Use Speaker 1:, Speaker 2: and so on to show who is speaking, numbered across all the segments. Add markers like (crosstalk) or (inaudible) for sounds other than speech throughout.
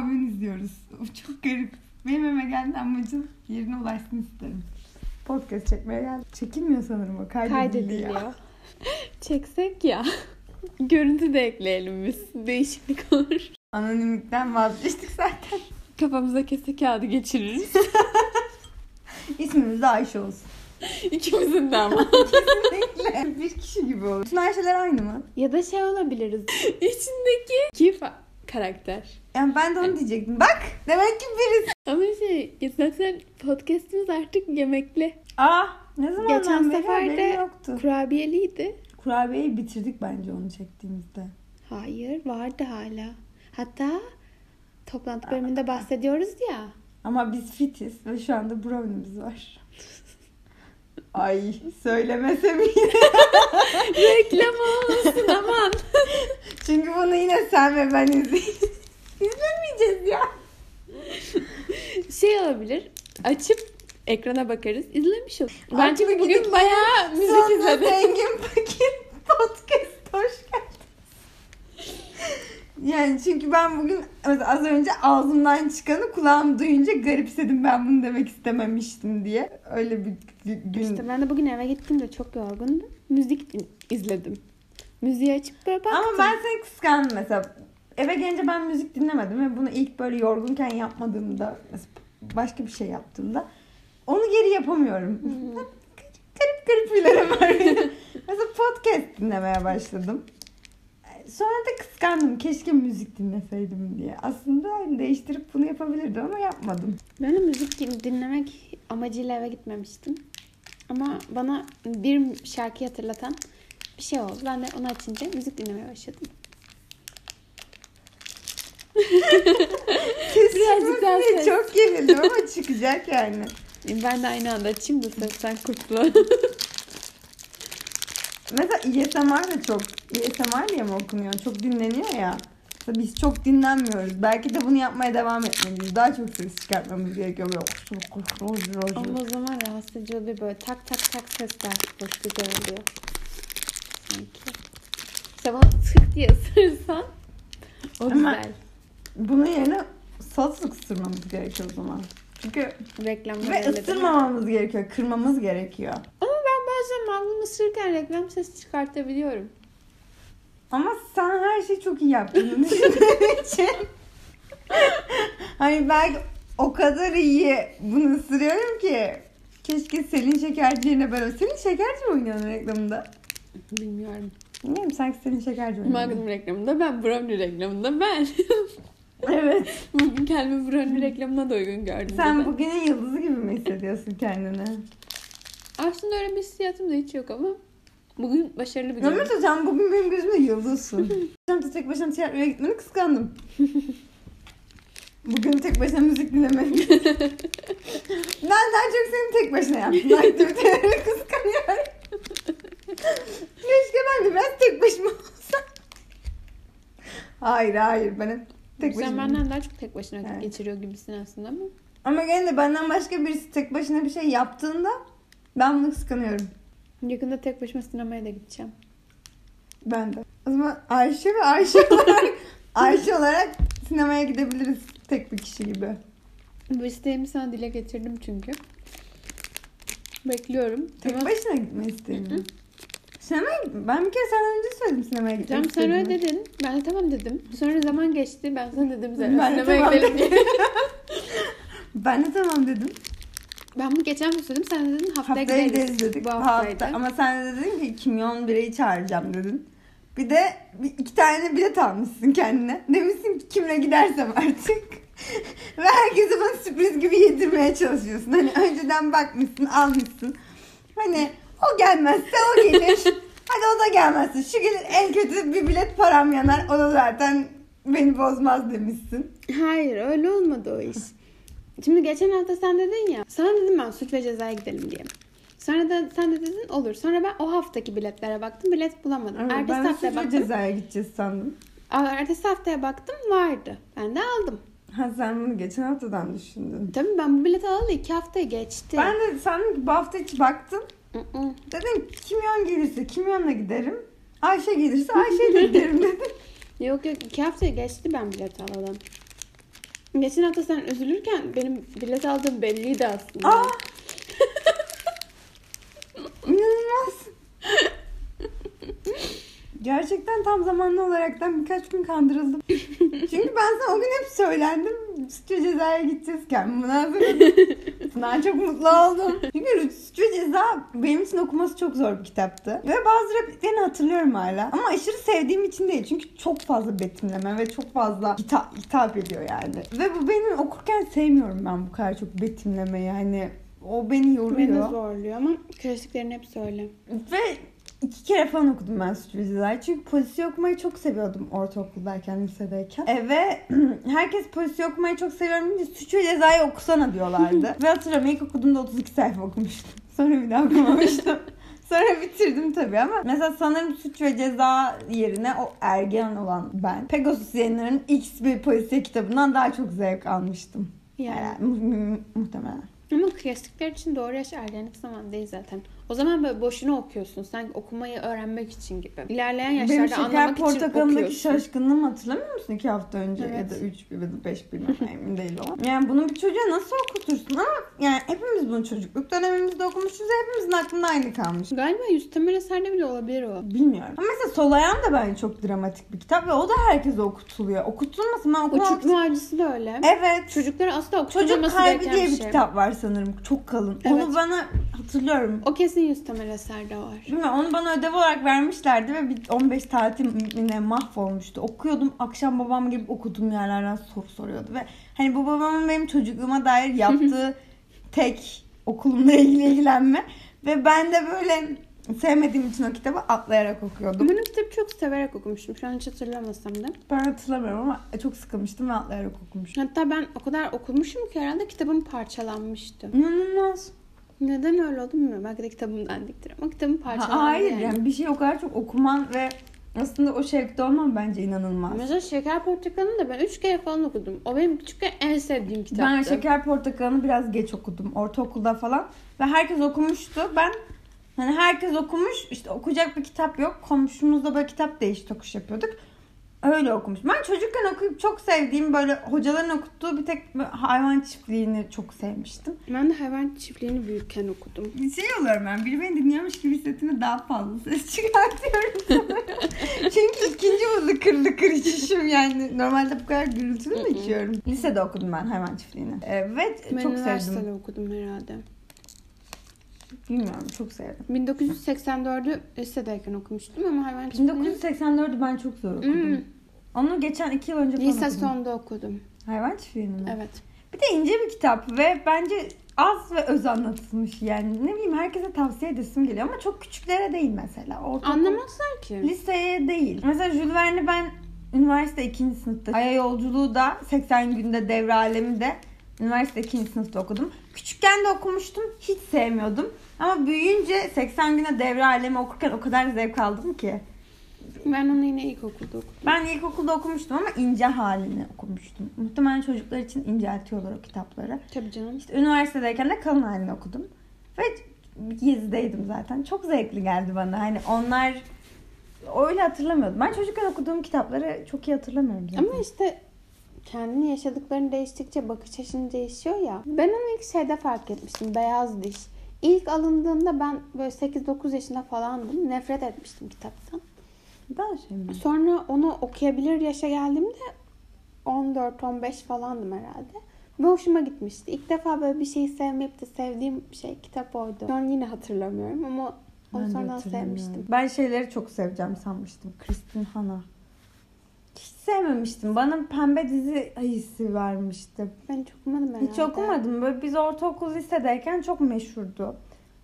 Speaker 1: yapıyoruz. Bu çok garip. Benim eve gelen amacım yerine ulaşsın isterim. Podcast çekmeye geldim. Çekilmiyor sanırım o. Kaydediliyor.
Speaker 2: Kaydediliyor. (laughs) Çeksek ya. (laughs) Görüntü de ekleyelim biz. Değişiklik olur.
Speaker 1: Anonimlikten vazgeçtik zaten. (laughs)
Speaker 2: Kafamıza kese kağıdı (laughs) geçiririz.
Speaker 1: İsmimiz de Ayşe olsun.
Speaker 2: İkimizin de ama.
Speaker 1: Kesinlikle. Bir kişi gibi olur. Bütün Ayşeler aynı mı?
Speaker 2: ya da şey olabiliriz. (laughs) İçindeki iki fa- karakter.
Speaker 1: Yani ben de onu diyecektim. Bak demek ki biriz.
Speaker 2: Ama şey zaten podcastimiz artık yemekli.
Speaker 1: Aa ne zamandan
Speaker 2: Geçen
Speaker 1: beri
Speaker 2: sefer
Speaker 1: haberi
Speaker 2: de-
Speaker 1: yoktu.
Speaker 2: Kurabiyeliydi.
Speaker 1: Kurabiyeyi bitirdik bence onu çektiğimizde.
Speaker 2: Hayır vardı hala. Hatta toplantı bölümünde bahsediyoruz ya.
Speaker 1: Ama biz fitiz ve şu anda brownie'miz var. Ay söylemese miyim?
Speaker 2: (laughs) Reklam olsun aman.
Speaker 1: Çünkü bunu yine sen ve ben izleyeceğiz. (laughs) İzlemeyeceğiz ya.
Speaker 2: Şey olabilir. Açıp ekrana bakarız. İzlemiş olur.
Speaker 1: Ay,
Speaker 2: Ben çünkü
Speaker 1: gibi
Speaker 2: bugün
Speaker 1: gidip-
Speaker 2: bayağı müzik
Speaker 1: Sonra
Speaker 2: izledim.
Speaker 1: zengin fakir podcast hoş geldiniz. Yani çünkü ben bugün mesela az önce ağzımdan çıkanı kulağım duyunca garipsedim ben bunu demek istememiştim diye. Öyle bir gü- gün.
Speaker 2: İşte ben de bugün eve gittim de çok yorgundum. Müzik in- izledim. Müziği açıp böyle baktım.
Speaker 1: Ama ben seni kıskandım mesela. Eve gelince ben müzik dinlemedim ve bunu ilk böyle yorgunken yapmadığımda mesela başka bir şey yaptığımda onu geri yapamıyorum. garip garip huylarım var. (laughs) benim. mesela podcast dinlemeye başladım. Sonra da kıskandım. Keşke müzik dinleseydim diye. Aslında hani değiştirip bunu yapabilirdim ama yapmadım.
Speaker 2: Ben de müzik din- dinlemek amacıyla eve gitmemiştim. Ama bana bir şarkı hatırlatan bir şey oldu. Ben de onu açınca müzik dinlemeye başladım.
Speaker 1: Kesin
Speaker 2: daha ses.
Speaker 1: çok gerildim ama çıkacak yani.
Speaker 2: Ben de aynı anda açayım da sesten kurtulalım.
Speaker 1: Mesela E ASMR da çok E ASMR diye mi okunuyor? Çok dinleniyor ya. Mesela biz çok dinlenmiyoruz. Belki de bunu yapmaya devam etmeliyiz. Daha çok ses çıkartmamız gerekiyor. Böyle koştur, koştur, koştur, koştur.
Speaker 2: Ama o zaman rahatsız edici oluyor böyle tak tak tak sesler basıcı oluyor. Sanki. İşte bana tık diye ısırırsan o
Speaker 1: Ama-
Speaker 2: güzel.
Speaker 1: Bunun yerine sosla ısırmamız gerekiyor o zaman. Çünkü
Speaker 2: Reklamlar
Speaker 1: ve
Speaker 2: öyle değil mi?
Speaker 1: ısırmamamız gerekiyor. Kırmamız gerekiyor.
Speaker 2: Ama ben bazen magnum ısırırken reklam sesi çıkartabiliyorum.
Speaker 1: Ama sen her şeyi çok iyi yaptığını düşündüğüm için. hani belki o kadar iyi bunu ısırıyorum ki. Keşke Selin Şekerci yerine böyle. Selin Şekerci mi oynuyorsun reklamında?
Speaker 2: Bilmiyorum.
Speaker 1: Bilmiyorum sanki Selin Şekerci oynuyor.
Speaker 2: Magnum reklamında ben, Brownie reklamında ben.
Speaker 1: (laughs)
Speaker 2: (laughs)
Speaker 1: Evet.
Speaker 2: Bugün kendimi Brownie reklamına da uygun gördüm.
Speaker 1: Sen
Speaker 2: zaten.
Speaker 1: bugünün yıldızı gibi mi hissediyorsun kendini?
Speaker 2: Aslında öyle bir hissiyatım da hiç yok ama bugün başarılı bir gün.
Speaker 1: Ömür hocam bugün benim gözümde
Speaker 2: (laughs)
Speaker 1: yıldızsın. Hocam tek başına tiyatroya gitmeni kıskandım. Bugün tek başına müzik dinlemek.
Speaker 2: (laughs)
Speaker 1: ben daha çok senin tek başına yaptığın aktiviteleri (laughs) kıskanıyorum. Keşke ben de biraz tek başıma olsam. Hayır hayır ben hep tek
Speaker 2: Sen
Speaker 1: başıma.
Speaker 2: benden daha çok tek başına vakit
Speaker 1: Evet.
Speaker 2: geçiriyor gibisin aslında ama.
Speaker 1: Ama gene de benden başka birisi tek başına bir şey yaptığında ben bunu kıskanıyorum.
Speaker 2: Yakında tek başıma sinemaya da gideceğim.
Speaker 1: Ben de. O zaman Ayşe ve
Speaker 2: (laughs)
Speaker 1: Ayşe olarak Ayşe olarak sinemaya gidebiliriz tek bir kişi gibi.
Speaker 2: Bu isteğimi sana dile getirdim çünkü. Bekliyorum.
Speaker 1: Tek
Speaker 2: Ama-
Speaker 1: başına gitme isteğim. Sinemaya ben bir kere senden önce söyledim sinemaya gitmek
Speaker 2: Tamam sen öyle
Speaker 1: istediğimi.
Speaker 2: dedin. Ben de tamam dedim. Sonra zaman geçti. Ben sana dedim zaten.
Speaker 1: Ben de
Speaker 2: sinemaya
Speaker 1: tamam
Speaker 2: gidelim diye.
Speaker 1: (laughs) Ben de tamam dedim.
Speaker 2: Ben bunu geçen gün söyledim. Sen de dedin haftaya,
Speaker 1: Haftaya
Speaker 2: gideriz.
Speaker 1: gideriz dedik.
Speaker 2: Bu
Speaker 1: Bu
Speaker 2: haftaydı.
Speaker 1: hafta. Ama sen de dedin ki kimyon bireyi çağıracağım dedin. Bir de bir- iki tane bilet almışsın kendine. Demişsin ki kimle gidersem artık. (laughs) Ve herkese bana sürpriz gibi yedirmeye çalışıyorsun. Hani önceden bakmışsın, almışsın. Hani o gelmezse o gelir. Hadi o da gelmezse şu gelir. En kötü bir bilet param yanar. O da zaten beni bozmaz demişsin.
Speaker 2: Hayır öyle olmadı o iş. Şimdi geçen hafta sen dedin ya. Sana dedim ben suç ve cezaya gidelim diye. Sonra da sen de dedin olur. Sonra ben o haftaki biletlere baktım. Bilet bulamadım.
Speaker 1: Evet,
Speaker 2: Ertesi
Speaker 1: ben
Speaker 2: haftaya
Speaker 1: suçlu
Speaker 2: baktım.
Speaker 1: cezaya gideceğiz sandım.
Speaker 2: Aa, Ertesi haftaya baktım vardı. Ben de aldım.
Speaker 1: Ha sen bunu geçen haftadan düşündün.
Speaker 2: Tabii ben bu bileti alalı iki hafta geçti.
Speaker 1: Ben de sandım ki bu hafta hiç baktım.
Speaker 2: Mm-mm.
Speaker 1: Dedim ki kimyon gelirse kimyonla giderim. Ayşe gelirse Ayşe'yle giderim dedim.
Speaker 2: Yok yok iki hafta geçti ben bilet alalı. Geçen hafta sen üzülürken benim bilet aldığım belliydi aslında.
Speaker 1: Aa! İnanılmaz. Gerçekten tam zamanlı olaraktan birkaç gün kandırıldım. Çünkü ben sana o gün hep söylendim. Sütçü cezaya gideceğizken buna hazırladım. Bundan çok mutlu oldum. Çünkü Sütçü Ceza benim için okuması çok zor bir kitaptı. Ve bazı repliklerini hatırlıyorum hala. Ama aşırı sevdiğim için değil. Çünkü çok fazla betimleme ve çok fazla hita- hitap ediyor yani. Ve bu benim okurken sevmiyorum ben bu kadar çok betimlemeyi. Hani o beni yoruyor.
Speaker 2: Beni de zorluyor ama klasiklerini hep söyle.
Speaker 1: Ve iki kere falan okudum ben Suç ve Ceza'yı. Çünkü polisi okumayı çok seviyordum ortaokuldayken, lisedeyken. E, ve (clears throat) herkes polisi okumayı çok seviyorum deyince Suç ve Ceza'yı okusana diyorlardı. ve hatırlıyorum ilk okuduğumda 32 sayfa okumuştum. (laughs) Sonra bir daha okumamıştım. Sonra bitirdim tabii ama mesela sanırım suç ve ceza yerine o ergen olan ben Pegasus yayınlarının X bir polisiye kitabından daha çok zevk almıştım.
Speaker 2: Yani.
Speaker 1: Yani mu- mu- muhtemelen.
Speaker 2: Ama klasikler için doğru yaş ergenlik zamanı değil zaten. O zaman böyle boşuna okuyorsun. Sanki okumayı öğrenmek için gibi. İlerleyen yaşlarda
Speaker 1: Benim şeker
Speaker 2: anlamak için
Speaker 1: portakalındaki
Speaker 2: okuyorsun.
Speaker 1: şaşkınlığımı hatırlamıyor musun iki hafta önce ya
Speaker 2: Evet.
Speaker 1: da üç ya da beş bilmem emin değil o. (laughs) Yani bunu bir çocuğa nasıl okutursun ama yani hepimiz bunu çocukluk dönemimizde okumuşuz ve hepimizin aklında aynı kalmış.
Speaker 2: Galiba Yüztemir Eser'de bile olabilir o.
Speaker 1: Bilmiyorum. Ama mesela Solayan da bence çok dramatik bir kitap ve o da herkese okutuluyor. Okutulmasın ben okumamak
Speaker 2: Uçurtma Avcısı da öyle.
Speaker 1: Evet.
Speaker 2: Çocuklara asla
Speaker 1: Çocuk
Speaker 2: okutulmaması
Speaker 1: Kalbi
Speaker 2: gereken
Speaker 1: diye
Speaker 2: bir
Speaker 1: bir
Speaker 2: şey.
Speaker 1: kitap var sanırım. Çok kalın. Onu
Speaker 2: Evet.
Speaker 1: bana hatırlıyorum.
Speaker 2: O kesin Yüztemir Eser'de var.
Speaker 1: Bilmiyorum onu bana ödev olarak vermişlerdi ve bir 15 saatim yine mahvolmuştu. Okuyordum akşam babam gibi okuduğum yerlerden soru soruyordu ve hani bu babamın benim çocukluğuma dair yaptığı tek okulumla ilgili ilgilenme ve ben de böyle sevmediğim için o kitabı atlayarak okuyordum.
Speaker 2: Ben o kitabı çok severek okumuştum. Şu an hiç hatırlamasam da.
Speaker 1: Ben hatırlamıyorum ama çok sıkılmıştım ve atlayarak okumuştum.
Speaker 2: Hatta ben o kadar okumuşum ki herhalde kitabım parçalanmıştı.
Speaker 1: İnanılmaz.
Speaker 2: Neden öyle oldu bilmiyorum. Belki de kitabım dendiktir ama kitabım parçalandı
Speaker 1: Ha, hayır yani.
Speaker 2: yani.
Speaker 1: bir şey o kadar çok okuman ve aslında o şevkte olman bence inanılmaz.
Speaker 2: Mesela Şeker Portakalı'nı da ben üç kere falan okudum. O benim küçükken en sevdiğim kitaptı.
Speaker 1: Ben Şeker Portakalı'nı biraz geç okudum. Ortaokulda falan. Ve herkes okumuştu. Ben hani herkes okumuş. işte okuyacak bir kitap yok. Komşumuzla böyle kitap değiş tokuş yapıyorduk. Öyle okumuş. Ben çocukken okuyup çok sevdiğim böyle hocaların okuttuğu bir tek hayvan çiftliğini çok sevmiştim.
Speaker 2: Ben de Hayvan Çiftliği'ni büyükken okudum.
Speaker 1: Bir şey oluyorum ben. Biri beni dinliyormuş gibi hissettiğimde daha fazla ses (laughs) çıkartıyorum (laughs) sanırım. Çünkü ikinci bu lıkır lıkır içişim yani. Normalde bu kadar gürültülü mü içiyorum? Lisede okudum ben hayvan çiftliğini. Ee, ve
Speaker 2: Ben
Speaker 1: çok sevdim.
Speaker 2: üniversitede okudum herhalde.
Speaker 1: Bilmiyorum çok sevdim.
Speaker 2: 1984'ü lisedeyken okumuştum ama Hayvan Çiftliği'ni
Speaker 1: 1984'ü ben çok zor okudum.
Speaker 2: Hmm,
Speaker 1: Onu geçen iki yıl önce falan
Speaker 2: lise
Speaker 1: okudum.
Speaker 2: sonunda okudum.
Speaker 1: Hayvan çiftliğini mi?
Speaker 2: Evet.
Speaker 1: Bir de ince bir kitap ve bence az ve öz anlatılmış yani. Ne bileyim herkese tavsiye edesim geliyor ama çok küçüklere değil mesela. Ortaokul-
Speaker 2: Anlamazlar ki.
Speaker 1: Liseye değil. Mesela Jules Verne'i ben üniversite ikinci sınıfta. Aya yolculuğu da 80 günde devre alemi de üniversite ikinci sınıfta okudum. Küçükken de okumuştum. Hiç sevmiyordum. Ama büyüyünce 80 güne devre alemi okurken o kadar zevk aldım ki.
Speaker 2: Ben onu yine ilkokulda okudum.
Speaker 1: Ben ilkokulda okumuştum ama ince halini okumuştum. Muhtemelen çocuklar için inceltiyorlar o kitapları.
Speaker 2: Tabii canım.
Speaker 1: İşte üniversitedeyken de kalın halini okudum. Ve gezideydim zaten. Çok zevkli geldi bana. Hani onlar öyle hatırlamıyordum. Ben çocukken okuduğum kitapları çok iyi hatırlamıyorum zaten.
Speaker 2: Ama işte kendini yaşadıkların değiştikçe bakış açın değişiyor ya. Ben onu ilk şeyde fark etmiştim. Beyaz Diş. İlk alındığında ben böyle 8-9 yaşında falandım. Nefret etmiştim kitaptan.
Speaker 1: Daha şey mi?
Speaker 2: Sonra onu okuyabilir yaşa geldiğimde 14-15 falandım herhalde. Ve hoşuma gitmişti. İlk defa böyle bir şeyi sevmeyip de sevdiğim şey kitap oydu. Şu an yine hatırlamıyorum ama
Speaker 1: Ben
Speaker 2: onu
Speaker 1: de
Speaker 2: sonradan
Speaker 1: hatırlamıyorum.
Speaker 2: sevmiştim.
Speaker 1: Ben şeyleri çok seveceğim sanmıştım. Kristin Hanna. Hiç sevmemiştim. Bana pembe dizi hissi vermişti.
Speaker 2: Ben hiç okumadım herhalde.
Speaker 1: Hiç okumadım. Böyle biz ortaokul lisedeyken çok meşhurdu.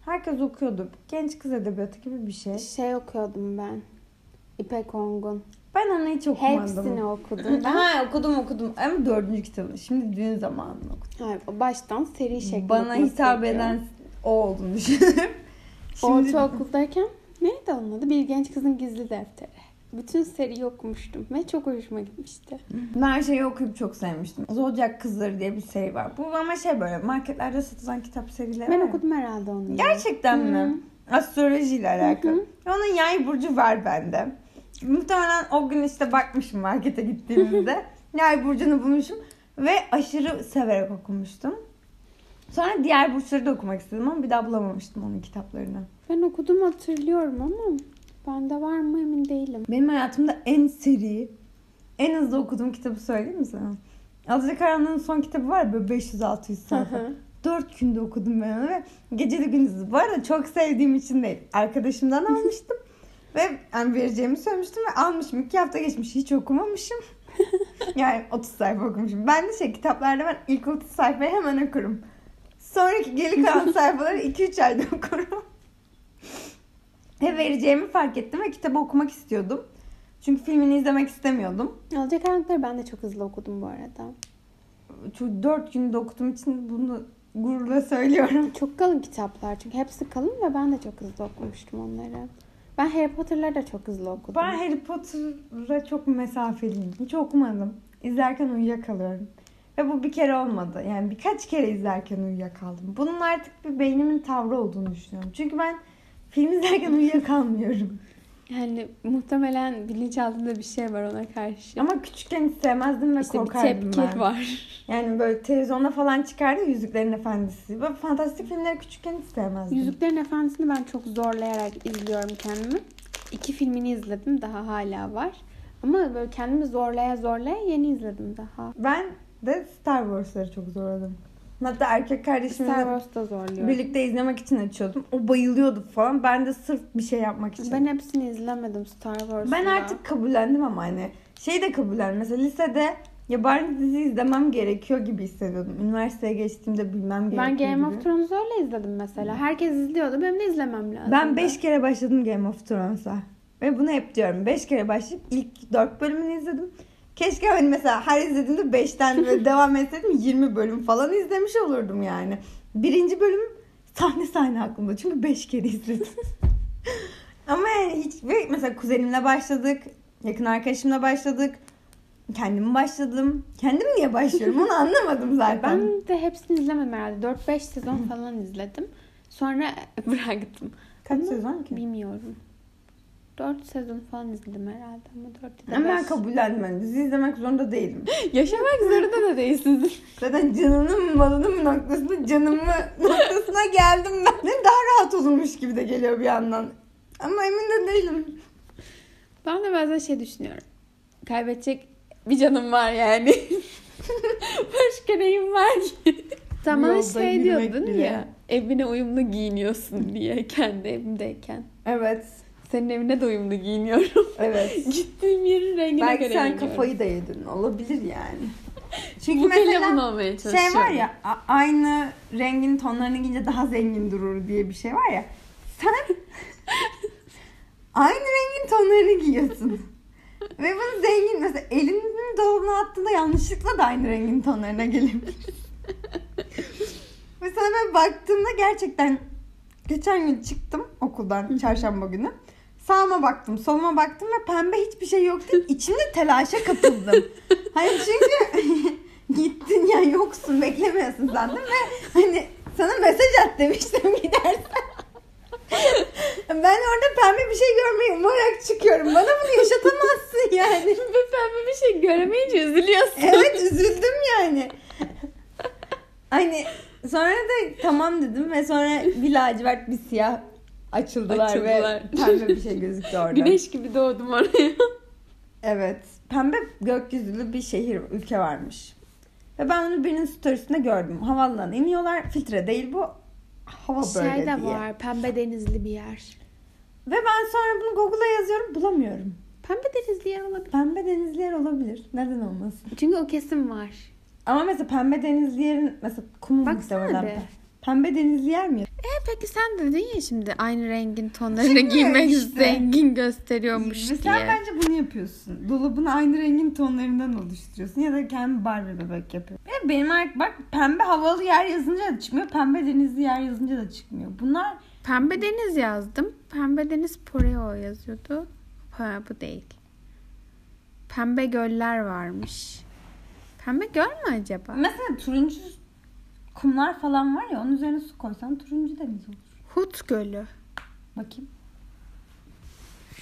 Speaker 1: Herkes okuyordu. Genç kız edebiyatı gibi bir şey.
Speaker 2: Şey okuyordum ben. İpek Ongun.
Speaker 1: Ben onu hiç okumadım.
Speaker 2: Hepsini okudum ben.
Speaker 1: (laughs) Ha okudum okudum ama dördüncü kitabını. Şimdi düğün zamanını okudum.
Speaker 2: (laughs) Hayır, baştan seri şeklinde
Speaker 1: Bana
Speaker 2: okuması
Speaker 1: hitap
Speaker 2: gerekiyor.
Speaker 1: eden o olduğunu düşünüyorum. Şimdi
Speaker 2: Ortaokuldayken neydi onun adı? Bir genç kızın gizli defteri. Bütün seriyi okumuştum ve çok hoşuma gitmişti.
Speaker 1: ben her şeyi okuyup çok sevmiştim. Zodiac Kızları diye bir seri var. Bu ama şey böyle marketlerde satılan kitap serileri.
Speaker 2: Ben
Speaker 1: var.
Speaker 2: okudum herhalde onu. ya.
Speaker 1: Gerçekten mi? Astrolojiyle alakalı.
Speaker 2: Hı
Speaker 1: Ve Onun yay burcu var bende.
Speaker 2: (laughs)
Speaker 1: Muhtemelen o gün işte bakmışım markete gittiğimizde. yay burcunu bulmuşum. Ve aşırı severek okumuştum. Sonra diğer burçları da okumak istedim ama bir daha bulamamıştım onun kitaplarını.
Speaker 2: Ben okudum hatırlıyorum ama bende var mı emin değilim.
Speaker 1: Benim hayatımda en seri, en hızlı okuduğum kitabı söyleyeyim mi sana? Alacakaranlığın son kitabı var ya, böyle 500-600 sayfa. Dört günde okudum ben onu ve gece de gündüz. Bu arada çok sevdiğim için değil. Arkadaşımdan almıştım. ve yani vereceğimi söylemiştim ve almışım. İki hafta geçmiş hiç okumamışım. yani 30 sayfa okumuşum. Ben de şey kitaplarda ben ilk 30 sayfayı hemen okurum. Sonraki geri kalan sayfaları 2-3 ayda okurum. Ve vereceğimi fark ettim ve kitabı okumak istiyordum. Çünkü filmini izlemek istemiyordum.
Speaker 2: Alacak Karanlıkları ben de çok hızlı okudum bu arada.
Speaker 1: Çünkü 4 günde okuduğum için bunu gururla söylüyorum.
Speaker 2: Çok kalın kitaplar çünkü hepsi kalın ve ben de çok hızlı okumuştum onları. Ben Harry Potter'ları da çok hızlı okudum.
Speaker 1: Ben Harry Potter'a çok mesafeliyim. Hiç okumadım. İzlerken uyuyakalıyorum. Ve bu bir kere olmadı. Yani birkaç kere izlerken uyuyakaldım. Bunun artık bir beynimin tavrı olduğunu düşünüyorum. Çünkü ben film izlerken
Speaker 2: (laughs)
Speaker 1: uyuyakalmıyorum.
Speaker 2: Yani muhtemelen bilinçaltında bir şey var ona karşı.
Speaker 1: Ama küçükken hiç sevmezdim ve
Speaker 2: işte bir
Speaker 1: korkardım
Speaker 2: tepki
Speaker 1: ben.
Speaker 2: var.
Speaker 1: Yani böyle televizyonda falan çıkardı ya, Yüzüklerin Efendisi. Böyle fantastik filmleri küçükken hiç sevmezdim.
Speaker 2: (laughs) Yüzüklerin Efendisi'ni ben çok zorlayarak izliyorum kendimi. İki filmini izledim daha hala var. Ama böyle kendimi zorlaya zorlaya yeni izledim daha.
Speaker 1: Ben de Star Wars'ları çok zorladım. Hatta erkek
Speaker 2: Star
Speaker 1: kardeşimle
Speaker 2: Wars'ta zorluyorum.
Speaker 1: birlikte izlemek için açıyordum. O bayılıyordu falan. Ben de sırf bir şey yapmak için.
Speaker 2: Ben hepsini izlemedim Star Wars'ta.
Speaker 1: Ben artık kabullendim ama hani şey de kabullendim. Mesela lisede yabancı dizi izlemem gerekiyor gibi hissediyordum. Üniversiteye geçtiğimde bilmem gerekiyor
Speaker 2: ben Game
Speaker 1: gibi.
Speaker 2: of Thrones'u öyle izledim mesela. Herkes izliyordu. Benim de izlemem lazım.
Speaker 1: Ben 5 kere başladım Game of Thrones'a. Ve bunu hep diyorum. 5 kere başlayıp ilk 4 bölümünü izledim. Keşke hani mesela her izlediğimde 5'ten
Speaker 2: (laughs)
Speaker 1: böyle devam etseydim 20 bölüm falan izlemiş olurdum yani. Birinci bölüm sahne sahne aklımda. Çünkü 5 kere
Speaker 2: (laughs)
Speaker 1: izledim. Ama yani hiç ve mesela kuzenimle başladık. Yakın arkadaşımla başladık. Kendim başladım. Kendim niye başlıyorum
Speaker 2: (laughs)
Speaker 1: onu anlamadım zaten.
Speaker 2: Ben de hepsini izlemedim herhalde. 4-5 sezon falan izledim. Sonra (laughs) bıraktım.
Speaker 1: Kaç sezon ki?
Speaker 2: Bilmiyorum. 4 sezon falan izledim herhalde ama 4 ya da
Speaker 1: Ama ben
Speaker 2: beş.
Speaker 1: kabullendim. Yani Dizi izlemek zorunda değilim.
Speaker 2: Yaşamak zorunda da değilsiniz. (laughs)
Speaker 1: Zaten canının malının noktasına canımı noktasına geldim ben. Ne daha rahat olurmuş gibi de geliyor bir yandan. Ama emin de değilim.
Speaker 2: Ben de bazen şey düşünüyorum. Kaybedecek bir canım var yani. (laughs) Başka neyim var ki? Tamam
Speaker 1: Yolda
Speaker 2: şey
Speaker 1: yürümek
Speaker 2: diyordun
Speaker 1: bile.
Speaker 2: ya. Evine uyumlu giyiniyorsun diye kendi evimdeyken.
Speaker 1: Evet.
Speaker 2: Senin evine de uyumlu giyiniyorum. (laughs)
Speaker 1: Evet.
Speaker 2: Gittiğim yerin rengine
Speaker 1: Belki
Speaker 2: göre
Speaker 1: sen
Speaker 2: giyiniyorum.
Speaker 1: kafayı da yedin. Olabilir yani. Çünkü
Speaker 2: Bu
Speaker 1: mesela
Speaker 2: mesela olmaya çalışıyorum.
Speaker 1: şey var ya a- aynı rengin tonlarını giyince daha zengin durur diye bir şey var ya. Sen aynı rengin tonlarını giyiyorsun. Ve bunu zengin mesela elinin dolabına attığında yanlışlıkla da aynı rengin tonlarına gelebilir. Ve sana ben baktığımda gerçekten geçen gün çıktım okuldan çarşamba günü. Sağıma baktım, soluma baktım ve pembe hiçbir şey yoktu. İçimde telaşa kapıldım. Hani çünkü (laughs) gittin ya yoksun beklemiyorsun sandım ve hani sana mesaj at demiştim (laughs) gidersen. ben orada pembe bir şey görmeyi umarak çıkıyorum. Bana bunu yaşatamazsın yani.
Speaker 2: (laughs) Ve pembe bir şey göremeyince üzülüyorsun.
Speaker 1: Evet üzüldüm yani. Hani sonra da tamam dedim ve sonra bir lacivert bir siyah açıldılar,
Speaker 2: Açıldılar.
Speaker 1: ve pembe bir şey gözüktü orada.
Speaker 2: Güneş gibi doğdum oraya.
Speaker 1: Evet. Pembe gökyüzlü bir şehir, ülke varmış. Ve ben onu birinin storiesinde gördüm. Havalan iniyorlar. Filtre değil bu. Hava böyle
Speaker 2: şey de
Speaker 1: diye.
Speaker 2: var. Pembe denizli bir yer.
Speaker 1: Ve ben sonra bunu Google'a yazıyorum. Bulamıyorum.
Speaker 2: Pembe denizli yer olabilir.
Speaker 1: Pembe denizli yer olabilir. Neden olmasın?
Speaker 2: Çünkü o kesim var.
Speaker 1: Ama mesela pembe denizli yerin mesela kumu
Speaker 2: Baksana
Speaker 1: muhtemelen
Speaker 2: bir.
Speaker 1: Pembe denizli yer mi?
Speaker 2: E peki sen de dedin ya şimdi aynı rengin tonlarını
Speaker 1: Şimdi
Speaker 2: giymek
Speaker 1: işte.
Speaker 2: zengin gösteriyormuş
Speaker 1: Ve
Speaker 2: diye.
Speaker 1: sen bence bunu yapıyorsun. Dolabını aynı rengin tonlarından oluşturuyorsun. Ya da kendi Barbie bebek yapıyorsun. Ve benim ar- bak pembe havalı yer yazınca da çıkmıyor. Pembe denizli yer yazınca da çıkmıyor. Bunlar
Speaker 2: Pembe deniz yazdım. Pembe deniz poreo yazıyordu. Ha, bu değil. Pembe göller varmış. Pembe göl mü acaba?
Speaker 1: mesela turuncu kumlar falan var ya onun üzerine su koysan turuncu deniz olur.
Speaker 2: Hut gölü.
Speaker 1: Bakayım.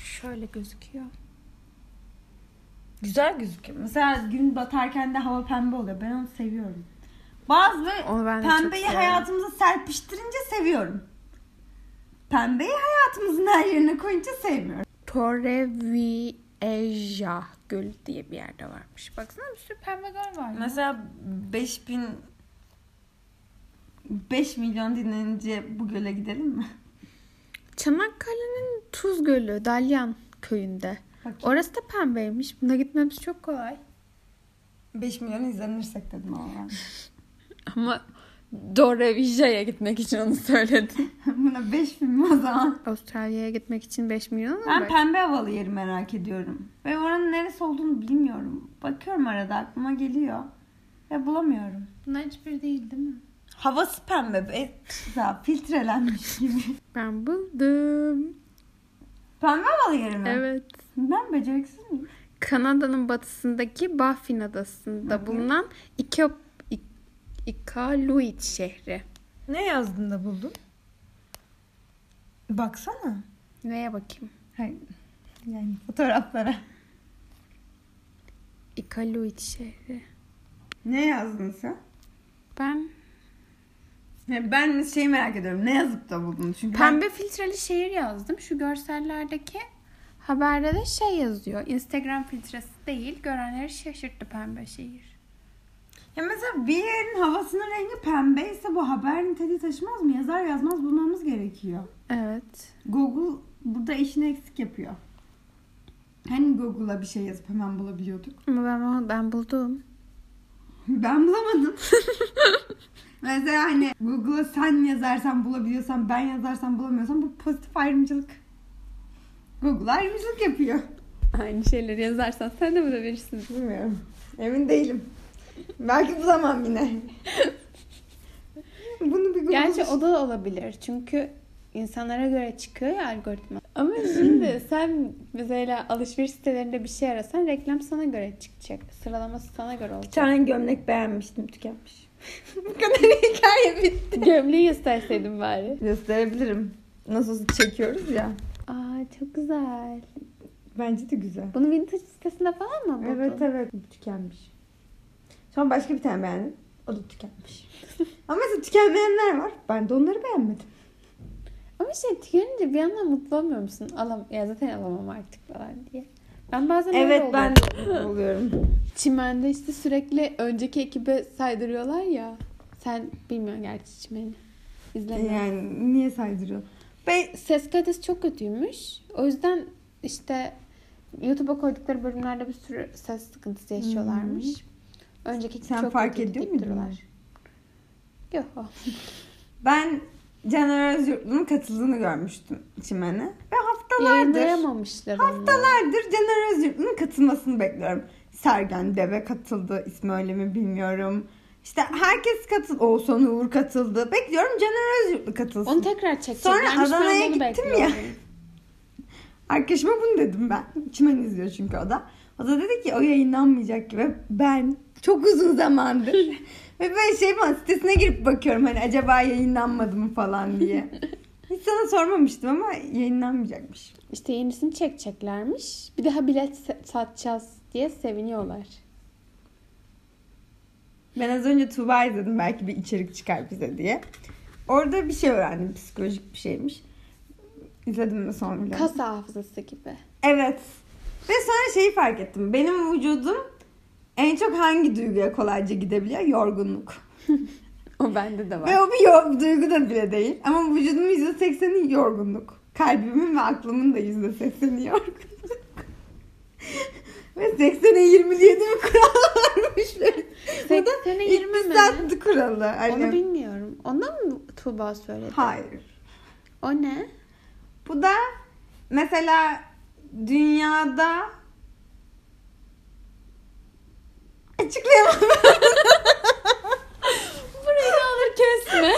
Speaker 2: Şöyle gözüküyor.
Speaker 1: Güzel gözüküyor. Mesela gün batarken de hava pembe oluyor. Ben onu seviyorum. Bazı böyle
Speaker 2: Onu ben de çok
Speaker 1: pembeyi
Speaker 2: seviyorum.
Speaker 1: hayatımıza serpiştirince seviyorum. Pembeyi hayatımızın her yerine koyunca sevmiyorum.
Speaker 2: Torrevieja Gölü diye bir yerde varmış. Baksana bir sürü pembe göl var. ya.
Speaker 1: Mesela 5000 5 milyon dinlenince bu göle gidelim mi?
Speaker 2: Çanakkale'nin Tuz Gölü, Dalyan köyünde.
Speaker 1: Bak
Speaker 2: Orası da pembeymiş. Buna gitmemiz çok kolay.
Speaker 1: 5 milyon izlenirsek dedim ama.
Speaker 2: Ama Dorevija'ya gitmek için onu söyledim.
Speaker 1: (laughs) Buna 5 film o zaman.
Speaker 2: (laughs) Avustralya'ya gitmek için 5 milyon ama
Speaker 1: Ben pembe havalı yeri merak ediyorum. Ve oranın neresi olduğunu bilmiyorum. Bakıyorum arada aklıma geliyor. Ve bulamıyorum.
Speaker 2: bunlar hiçbir değil değil mi?
Speaker 1: Havası pembe. be- Güzel, filtrelenmiş (laughs) gibi.
Speaker 2: Ben buldum.
Speaker 1: Pembe havalı yeri mi?
Speaker 2: Evet.
Speaker 1: Ben beceriksiz miyim?
Speaker 2: Kanada'nın batısındaki Baffin adasında bulunan İkop İ- İqaluit şehri.
Speaker 1: Ne yazdın da buldun? Baksana.
Speaker 2: Neye bakayım?
Speaker 1: Hayır. Yani fotoğraflara.
Speaker 2: İqaluit şehri.
Speaker 1: Ne yazdın sen?
Speaker 2: Ben
Speaker 1: Ya Ben şeyi merak ediyorum. Ne yazıp da buldun? Çünkü ben-
Speaker 2: Pembe filtreli şehir yazdım. Şu görsellerdeki haberde de şey yazıyor. Instagram filtresi değil. Görenleri şaşırttı pembe şehir.
Speaker 1: Ya mesela bir yerin havasının rengi pembe ise bu haber niteliği taşımaz mı? Yazar yazmaz bulmamız gerekiyor.
Speaker 2: Evet.
Speaker 1: Google burada işini eksik yapıyor. Hani Google'a bir şey yazıp hemen bulabiliyorduk. (laughs)
Speaker 2: Ama ben, ben buldum.
Speaker 1: Ben (laughs) bulamadım. mesela hani Google'a sen yazarsan bulabiliyorsan ben yazarsam bulamıyorsan bu pozitif ayrımcılık. Google ayrımcılık yapıyor.
Speaker 2: Aynı şeyleri yazarsan sen de bulabilirsin.
Speaker 1: Bilmiyorum. Emin değilim. Belki bulamam yine. Bunu bir Google
Speaker 2: Gerçi o da olabilir. Çünkü insanlara göre çıkıyor ya algoritma. (clears throat) Ama şimdi sen mesela alışveriş sitelerinde bir şey arasan reklam sana göre çıkacak. Sıralaması sana göre
Speaker 1: Bir
Speaker 2: olacak.
Speaker 1: tane gömlek beğenmiştim tükenmiş. (laughs) Bu kadar hikaye bitti.
Speaker 2: Gömleği gösterseydim bari.
Speaker 1: Gösterebilirim. Nasıl olsa çekiyoruz ya.
Speaker 2: Aa çok güzel.
Speaker 1: Bence de güzel.
Speaker 2: Bunu vintage sitesinde falan mı buldun?
Speaker 1: Evet evet Bu tükenmiş. Sonra başka bir tane beğendim. O da (laughs) tükenmiş. Ama mesela tükenmeyenler var. Ben de onları beğenmedim.
Speaker 2: Ama şey tükenince bir yandan mutlu olmuyor musun? Alam ya zaten alamam artık falan diye. Ben bazen öyle
Speaker 1: evet
Speaker 2: oluyorum.
Speaker 1: ben de mutlu oluyorum.
Speaker 2: Çimende işte sürekli önceki ekibe saydırıyorlar ya. Sen bilmiyorsun gerçi çimeni. İzlemiyorum.
Speaker 1: Yani niye saydırıyor? Be
Speaker 2: Ses kalitesi çok kötüymüş. O yüzden işte YouTube'a koydukları bölümlerde bir sürü ses sıkıntısı yaşıyorlarmış. Önceki ekip
Speaker 1: Sen
Speaker 2: çok
Speaker 1: fark
Speaker 2: kötüydü
Speaker 1: ediyor
Speaker 2: deyip
Speaker 1: muydun
Speaker 2: duruyorlar. Yok.
Speaker 1: ben Caner Özyurtlu'nun katıldığını görmüştüm Çimen'e. Ve haftalardır
Speaker 2: Yayınlayamamışlar onu.
Speaker 1: Haftalardır Caner Özgür'ün katılmasını bekliyorum. Sergen Deve katıldı. İsmi öyle mi bilmiyorum. İşte herkes katıldı. Oğuzhan Uğur katıldı. Bekliyorum Caner Özgür'lü katılsın.
Speaker 2: Onu tekrar çekeceklermiş.
Speaker 1: Sonra
Speaker 2: ben
Speaker 1: Adana'ya
Speaker 2: onu
Speaker 1: gittim ya.
Speaker 2: (laughs) bekliyorum.
Speaker 1: Arkadaşıma bunu dedim ben. Çimen izliyor çünkü o da. O da dedi ki o yayınlanmayacak gibi. Ben çok uzun zamandır ve böyle şey falan sitesine girip bakıyorum hani acaba yayınlanmadı mı falan diye. Hiç sana sormamıştım ama yayınlanmayacakmış.
Speaker 2: İşte yenisini çekeceklermiş. Bir daha bilet se- satacağız diye seviniyorlar.
Speaker 1: Ben az önce Tuğba izledim belki bir içerik çıkar bize diye. Orada bir şey öğrendim psikolojik bir şeymiş. İzledim mi sonra bilmiyorum.
Speaker 2: Kas hafızası gibi.
Speaker 1: Evet. Ve sonra şeyi fark ettim. Benim vücudum en çok hangi duyguya kolayca gidebiliyor? Yorgunluk.
Speaker 2: O bende de
Speaker 1: Ve o bir yo- duygu da bile değil. Ama vücudumun %80'i yorgunluk. Kalbimin ve aklımın da %80'i yorgunluk. (laughs) ve 80'e 27 bir kural varmış. Bu da
Speaker 2: 80'e 20 mi?
Speaker 1: iktisat kuralı. Hani-
Speaker 2: Onu bilmiyorum. Ondan mı Tuğba söyledi?
Speaker 1: Hayır.
Speaker 2: O ne?
Speaker 1: Bu da mesela dünyada açıklayamam.
Speaker 2: (laughs) Burayı da alır kesme.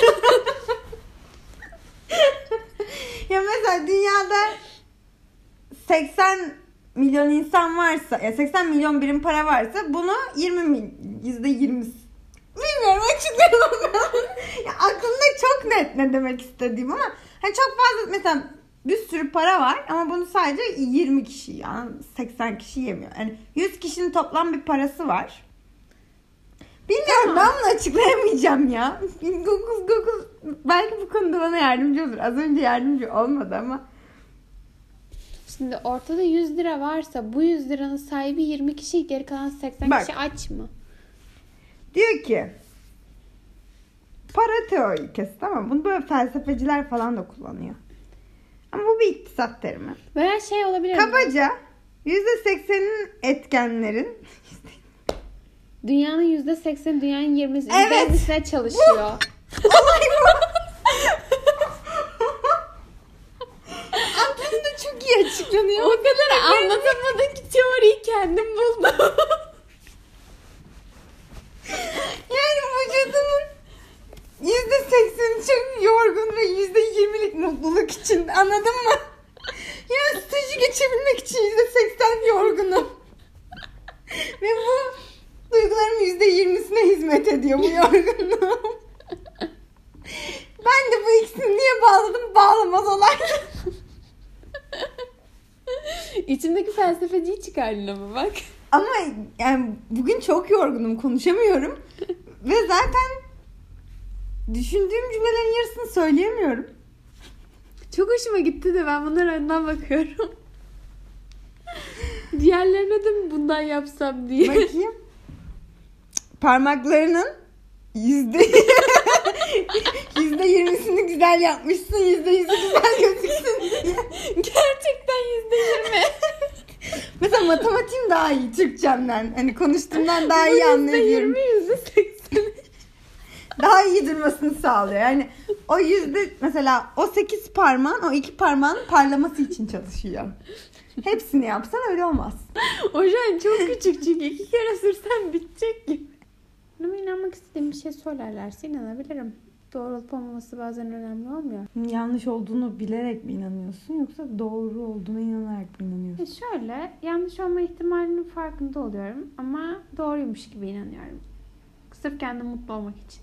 Speaker 1: (laughs) ya mesela dünyada 80 milyon insan varsa, ya 80 milyon birim para varsa bunu 20 mil, yüzde 20 Bilmiyorum (laughs) açıklayamam. ya aklımda çok net ne demek istediğim ama hani çok fazla mesela bir sürü para var ama bunu sadece 20 kişi yani 80 kişi yemiyor. Yani 100 kişinin toplam bir parası var. Bilmiyorum ben bunu açıklayamayacağım ya. (laughs) Google, Google belki bu konuda bana yardımcı olur. Az önce yardımcı olmadı ama.
Speaker 2: Şimdi ortada 100 lira varsa bu 100 liranın sahibi 20 kişi geri kalan 80
Speaker 1: Bak.
Speaker 2: kişi aç mı?
Speaker 1: Diyor ki para teorikası tamam mı? Bunu böyle felsefeciler falan da kullanıyor. Ama bu bir iktisat terimi.
Speaker 2: Veya şey olabilir mi?
Speaker 1: Kabaca %80'inin etkenlerin (laughs)
Speaker 2: Dünyanın %80 dünyanın 20'si
Speaker 1: Evet.
Speaker 2: %20'sine çalışıyor.
Speaker 1: Olay bu. Aslında çok iyi açıklanıyor.
Speaker 2: o kadar anlatamadın ki teoriyi kendim buldum. (laughs)
Speaker 1: (laughs) Yani vücudunun %80'i çok yorgun ve %20'lik mutluluk için anladın mı? (laughs) Ya stajı geçebilmek için %80 yorgunum. (laughs) ve bu duygularımın %20'sine hizmet ediyor bu yorgunluğum. (laughs) ben de bu ikisini niye bağladım bağlamaz olaydım.
Speaker 2: İçimdeki felsefeciyi çıkardın ama bak.
Speaker 1: Ama yani bugün çok yorgunum konuşamıyorum. Ve zaten düşündüğüm cümlelerin yarısını söyleyemiyorum.
Speaker 2: Çok hoşuma gitti de ben bunlara önden bakıyorum. Diğerlerine de mi bundan yapsam diye.
Speaker 1: Bakayım. Parmaklarının yüzde (laughs) yüzde yirmisini güzel yapmışsın, yüzde yüzü güzel gözüksün (laughs) diye.
Speaker 2: (laughs) Gerçekten yüzde yirmi.
Speaker 1: Mesela matematiğim daha iyi Türkçemden. Hani konuştuğumdan daha iyi anlayabiliyorum.
Speaker 2: Yüzde yirmi yüzde seksen.
Speaker 1: Daha iyi durmasını sağlıyor. Yani o yüzde mesela o sekiz parmağın o iki parmağın parlaması için çalışıyor. Hepsini yapsan öyle olmaz.
Speaker 2: Ojen çok küçük çünkü iki kere sürsem bitecek gibi. Ama inanmak istediğim bir şey söylerlerse inanabilirim. Doğru olup olmaması bazen önemli olmuyor.
Speaker 1: Yanlış olduğunu bilerek mi inanıyorsun yoksa doğru olduğuna inanarak mı inanıyorsun?
Speaker 2: E şöyle yanlış olma ihtimalinin farkında oluyorum ama doğruymuş gibi inanıyorum. Sırf kendim mutlu olmak için.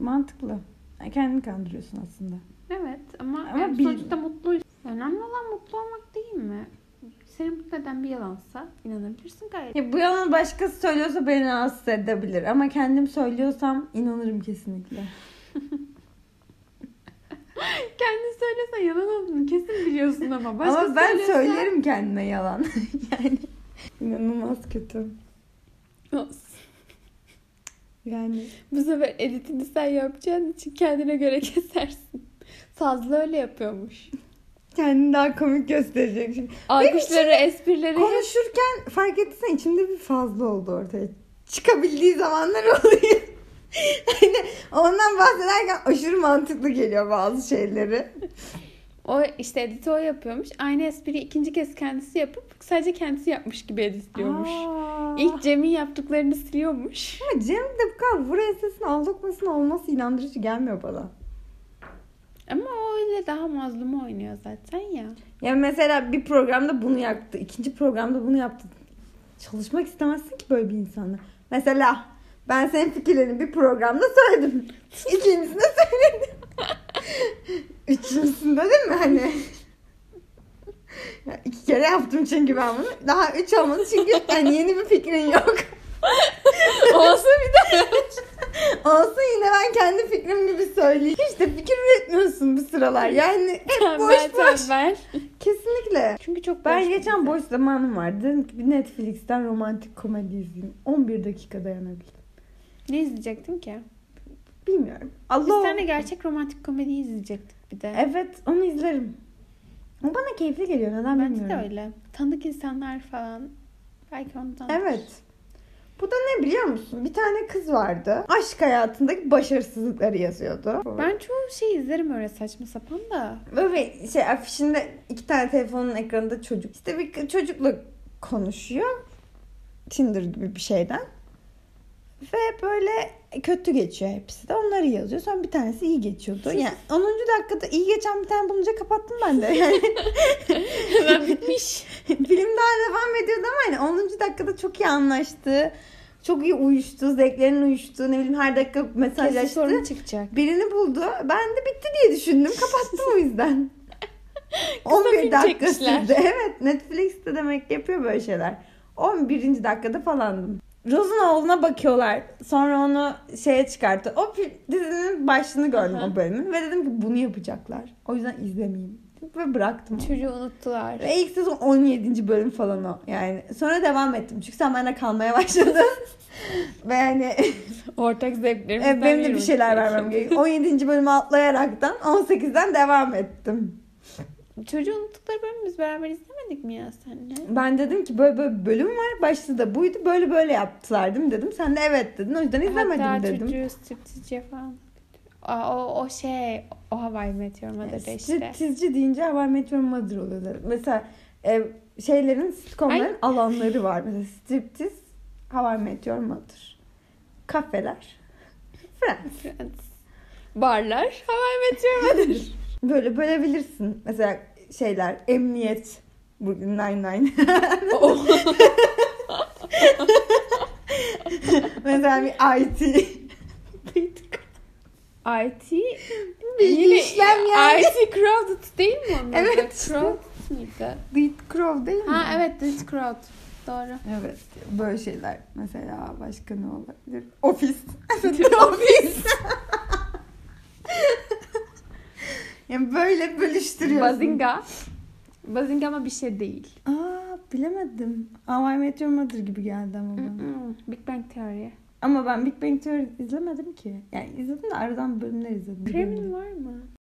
Speaker 1: Mantıklı. Yani Kendini kandırıyorsun aslında.
Speaker 2: Evet ama,
Speaker 1: Ama
Speaker 2: yani
Speaker 1: bil-
Speaker 2: sonuçta mutluyuz. Önemli olan mutlu olmak değil mi? Seni mutlu eden bir yalansa inanabilirsin gayet.
Speaker 1: Ya bu yalanı başkası söylüyorsa beni rahatsız edebilir ama kendim söylüyorsam inanırım kesinlikle.
Speaker 2: Kendin söylesen yalan olduğunu kesin biliyorsun ama. Başkası
Speaker 1: ama ben
Speaker 2: söylese-
Speaker 1: söylerim kendime yalan. (laughs) yani inanılmaz kötü. Yani
Speaker 2: Bu sefer editini sen yapacağın için kendine göre (laughs) kesersin. Fazla öyle yapıyormuş.
Speaker 1: kendini daha komik gösterecek. Şimdi
Speaker 2: Alkışları, esprileri.
Speaker 1: konuşurken fark ettiysen içimde bir fazla oldu ortaya. Çıkabildiği zamanlar (laughs) oluyor. yani ondan bahsederken aşırı mantıklı geliyor bazı şeyleri.
Speaker 2: O işte editi o yapıyormuş. Aynı espriyi ikinci kez kendisi yapıp sadece kendisi yapmış gibi editliyormuş.
Speaker 1: Aa.
Speaker 2: İlk Cem'in yaptıklarını siliyormuş.
Speaker 1: Ama Cem de bu kadar vura esesine aldatmasına olması inandırıcı gelmiyor bana.
Speaker 2: Ama o öyle daha mazlum oynuyor zaten
Speaker 1: (laughs)
Speaker 2: ya.
Speaker 1: Ya mesela bir programda bunu yaptı. ikinci programda bunu yaptı. Çalışmak istemezsin ki böyle bir insanla. Mesela ben senin fikirlerini bir programda söyledim. İkincisinde söyledim. Üçüncüsünde değil mi hani? Ya iki kere yaptım çünkü ben bunu. Daha üç olmadı çünkü yani yeni bir fikrin yok. (laughs)
Speaker 2: Olsa bir daha.
Speaker 1: Olsun yine ben kendi fikrim gibi söyleyeyim. Hiç de fikir üretmiyorsun bu sıralar. Yani hep boş
Speaker 2: Tembel
Speaker 1: boş.
Speaker 2: tembel.
Speaker 1: Kesinlikle.
Speaker 2: Çünkü çok
Speaker 1: Ben
Speaker 2: boş
Speaker 1: geçen
Speaker 2: bir-
Speaker 1: boş zamanım vardı. Dedim ki bir Netflix'ten romantik komedi izleyeyim. 11 dakika dayanabildim.
Speaker 2: Ne izleyecektim ki?
Speaker 1: Bilmiyorum.
Speaker 2: Biz
Speaker 1: Allah
Speaker 2: seninle gerçek romantik komedi izleyecektik bir de.
Speaker 1: Evet onu izlerim. O bana keyifli geliyor. Neden
Speaker 2: Bence
Speaker 1: bilmiyorum.
Speaker 2: de öyle. Tanıdık insanlar falan. Belki ondan.
Speaker 1: Evet. Bu da ne biliyor musun? Bir tane kız vardı. Aşk hayatındaki başarısızlıkları yazıyordu.
Speaker 2: Ben çoğu şey izlerim öyle saçma sapan
Speaker 1: (laughs)
Speaker 2: da. (laughs)
Speaker 1: Böyle şey afişinde iki tane telefonun ekranında çocuk. İşte bir çocukla konuşuyor. Tinder gibi bir şeyden. Ve böyle kötü geçiyor hepsi de. Onları yazıyor. Sonra bir tanesi iyi geçiyordu. Yani 10. dakikada iyi geçen bir tane bulunca kapattım ben de. Yani (laughs)
Speaker 2: Hemen bitmiş.
Speaker 1: film daha devam ediyordu ama hani 10. dakikada çok iyi anlaştı. Çok iyi uyuştu. Zevklerin uyuştu. Ne bileyim her dakika
Speaker 2: Kesin
Speaker 1: mesajlaştı.
Speaker 2: sorun çıkacak. (laughs)
Speaker 1: Birini buldu. Ben de bitti diye düşündüm. Kapattım o yüzden. 11
Speaker 2: film
Speaker 1: dakika
Speaker 2: çekmişler.
Speaker 1: sürdü. Evet Netflix'te demek ki yapıyor böyle şeyler. 11. dakikada falandım. Rose'un oğluna bakıyorlar. Sonra onu şeye çıkarttı. O pi- dizinin başlığını gördüm
Speaker 2: Aha.
Speaker 1: o bölümün. Ve dedim ki bunu yapacaklar. O yüzden izlemeyeyim. Ve bıraktım.
Speaker 2: Çocuğu unuttular.
Speaker 1: Ve ilk sezon 17. bölüm falan o. Yani sonra devam ettim. Çünkü sen bana kalmaya
Speaker 2: (laughs)
Speaker 1: başladın. Ve hani yani
Speaker 2: Ortak zevklerimizden
Speaker 1: e, benim de bir
Speaker 2: birimiz
Speaker 1: şeyler
Speaker 2: gerekiyor.
Speaker 1: vermem gerekiyor. 17. bölümü atlayaraktan 18'den devam ettim.
Speaker 2: Çocuğu unuttukları bölümü biz beraber izlemedik mi ya seninle?
Speaker 1: Ben dedim ki böyle böyle bir bölüm var. Başta da buydu. Böyle böyle yaptılar değil mi dedim. Sen de evet dedin. O yüzden izlemedim
Speaker 2: Hatta
Speaker 1: dedim.
Speaker 2: çocuğu striptizciye falan. Aa, o, o şey, o Hawaii Meteor Mother'da işte.
Speaker 1: Striptizci deyince Haber Meteor Mother oluyor zaten. Mesela e, şeylerin sitcomların
Speaker 2: Ay.
Speaker 1: alanları var. Mesela striptiz, Haber Meteor Mother. Kafeler. Friends.
Speaker 2: Friends. Barlar, Hawaii Meteor
Speaker 1: (laughs)
Speaker 2: Mother.
Speaker 1: Böyle bölebilirsin. Mesela şeyler emniyet. Bugün nine (laughs) nine.
Speaker 2: Oh.
Speaker 1: Mesela bir IT.
Speaker 2: IT
Speaker 1: Bilgi
Speaker 2: yine
Speaker 1: işlem yani.
Speaker 2: IT Crowded değil mi onun adı?
Speaker 1: Evet. Hmm.
Speaker 2: Crowded mıydı?
Speaker 1: Deep Crow değil mi?
Speaker 2: Ha evet This Crowd. Doğru.
Speaker 1: Evet. Böyle şeyler. Mesela başka ne olabilir?
Speaker 2: (laughs)
Speaker 1: Ofis.
Speaker 2: The Office.
Speaker 1: (laughs) Yani böyle bölüştürüyorsun.
Speaker 2: Bazinga. Bazinga ama bir şey değil.
Speaker 1: Aa bilemedim. Ama I Met Your Mother gibi geldi ama bana.
Speaker 2: Mm-mm. Big Bang Theory.
Speaker 1: ama ben Big Bang Theory izlemedim ki. Yani izledim de aradan bölümler izledim.
Speaker 2: Kremlin var mı?